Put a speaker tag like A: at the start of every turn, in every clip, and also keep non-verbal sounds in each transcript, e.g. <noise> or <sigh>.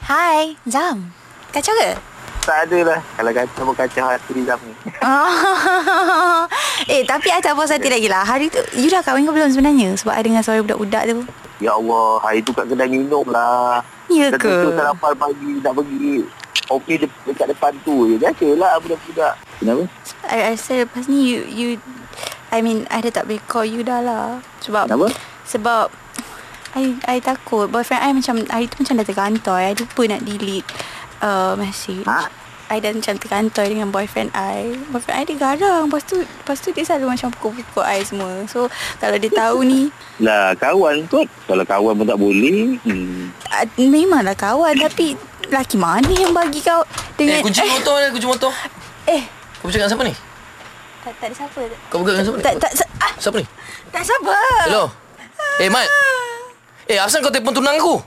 A: Hai, Zam. Kacau ke?
B: Tak ada lah. Kalau kacau pun kacau hati Zam ni.
A: Ah. <laughs> eh, tapi I tak puas hati lagi lah. Hari tu, you dah kahwin ke belum sebenarnya? Sebab I dengar suara budak-budak tu.
B: Ya Allah, hari tu kat kedai minum lah.
A: Ya
B: Dah
A: ke?
B: tutup sarapan pagi, nak pergi. Okey de- dekat depan tu je. Biasalah budak-budak. Kenapa?
A: I, I rasa lepas ni you, you I mean, I dah tak boleh call you dah lah. Sebab
B: Kenapa?
A: Sebab I, I takut Boyfriend I macam Hari tu macam dah tergantoi I lupa nak delete uh, Message
B: Ha?
A: I dah macam tergantoi Dengan boyfriend I Boyfriend I dia garang Lepas tu Lepas tu dia selalu macam Pukul-pukul I semua So Kalau dia tahu ni
B: Lah, kawan kot. Kalau kawan pun tak boleh. Hmm.
A: uh, Memanglah kawan Tapi Laki mana yang bagi kau
C: Eh,
A: Dengan
C: kunci motor ni, kunci motor.
A: eh, eh
C: Kau bercakap dengan siapa ni?
A: tak, tak ada siapa
C: Kau buka dengan siapa ni?
A: Tak tak sa- ah,
C: Siapa ni?
A: tak siapa
C: Hello. Eh, Mat. Eh, asal kau telefon tunang aku?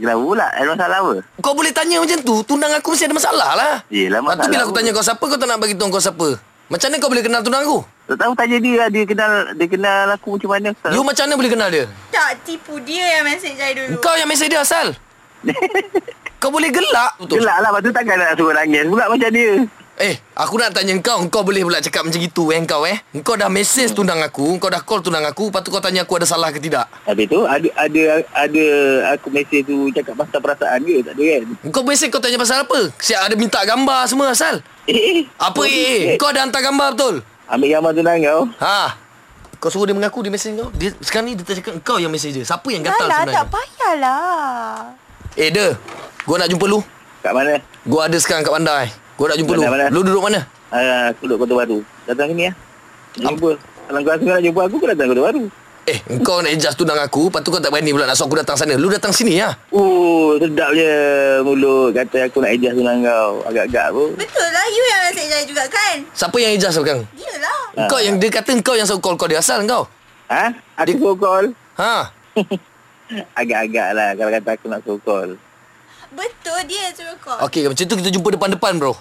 B: Kenapa pula? Ada masalah apa?
C: Kau boleh tanya macam tu, tunang aku mesti ada masalah lah.
B: Yelah,
C: Lepas tu
B: masalah
C: bila aku
B: apa?
C: tanya kau siapa, kau tak nak bagi tahu kau siapa. Macam mana kau boleh kenal tunang aku?
B: Tak tahu tanya dia lah. Dia kenal, dia kenal aku macam mana. Tak
C: You macam mana boleh kenal dia?
A: Tak tipu dia yang message saya dulu
C: Kau yang mesej
B: <laughs>
C: dia asal. kau boleh gelak betul.
B: Gelak lah. Lepas tu takkan nak suruh nangis pula macam dia.
C: Eh, aku nak tanya kau, kau boleh pula cakap macam gitu eh kau eh. Kau dah mesej tunang aku, kau dah call tunang aku, lepas tu kau tanya aku ada salah ke tidak.
B: Habis tu ada ada ada aku mesej tu cakap pasal perasaan dia tak ada kan.
C: Kau mesej kau tanya pasal apa? Siap ada minta gambar semua asal.
B: Eh,
C: Apa eh? eh? Kau ada hantar gambar betul?
B: Ambil gambar tu nang kau.
C: Ha. Kau suruh dia mengaku dia mesej kau. Dia sekarang ni dia tak cakap kau yang mesej dia. Siapa yang gatal
A: Alah
C: sebenarnya?
A: tak payahlah
C: Eh, dia. Gua nak jumpa lu.
B: Kat mana?
C: Gua ada sekarang kat bandar eh. Gua nak jumpa
B: Mana,
C: lu.
B: mana?
C: Lu duduk mana?
B: Ah, aku duduk Kota Baru. Datang sini ya. Jumpa. Kalau kau rasa kau nak jumpa aku, kau datang Kota Baru.
C: Eh, kau nak adjust tunang aku, lepas tu kau tak berani pula nak suruh aku datang sana. Lu datang sini ya.
B: Uh, sedap je mulut kata aku nak ejas tunang kau. Agak-agak pun.
A: Betul lah You yang message saya juga kan
C: Siapa yang adjust sekarang?
A: Dia lah
C: Kau yang dia kata kau yang suruh call kau dia asal kau.
B: Ha? Aku suruh call.
C: Ha.
B: Agak-agak lah kalau kata aku nak suruh call.
A: Betul dia suruh call
C: Okey, macam tu kita jumpa depan-depan bro.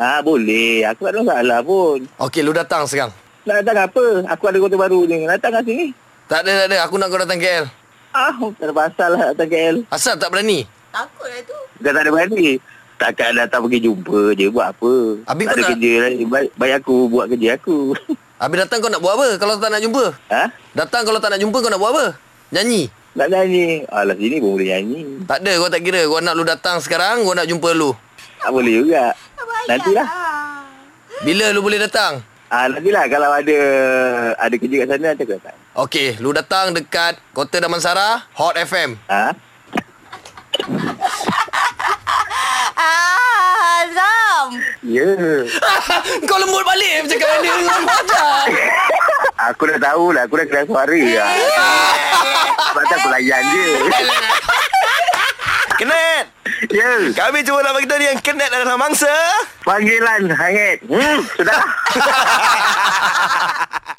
B: Ha, boleh. Aku tak ada masalah pun.
C: Okey, lu datang sekarang.
B: Nak datang apa? Aku ada Kota Baru ni. Datang kat sini.
C: Tak ada, tak ada. Aku nak kau datang KL.
B: Ah, tak ada pasal lah datang KL.
C: Asal tak berani.
A: Takut lah tu
B: Dah tak ada berani Takkan datang pergi jumpa je Buat apa
C: Habis
B: Tak
C: kau
B: ada
C: nak-
B: kerja lain Baik, baik aku buat kerja aku <laughs>
C: Habis datang kau nak buat apa kalau tak nak jumpa?
B: Ha?
C: Datang kalau tak nak jumpa kau nak buat apa? Nyanyi?
B: Nak nyanyi Alah sini pun boleh nyanyi
C: Tak ada, kau tak kira. Kau nak lu datang sekarang, kau nak jumpa lu.
B: Tak boleh lah. juga
C: lah.
B: Nantilah
C: Bila lu boleh datang?
B: Ah, nantilah kalau ada ada kerja kat sana nanti aku datang.
C: Okey, lu datang dekat Kota Damansara, Hot
D: <laughs>
C: FM.
B: Ha?
A: Ah Azam
B: Ya. Yeah.
C: kau lembut
D: eh
C: balik macam mana dia <laughs> dengan macam.
B: Aku dah tahu lah, aku dah kenal suara lah. Sebab tu aku layan je.
D: Kenet
B: Ya. Yeah.
D: Kami cuma nak beritahu dia Yang Kenet adalah mangsa
B: Panggilan hangat. Hmm, sudah.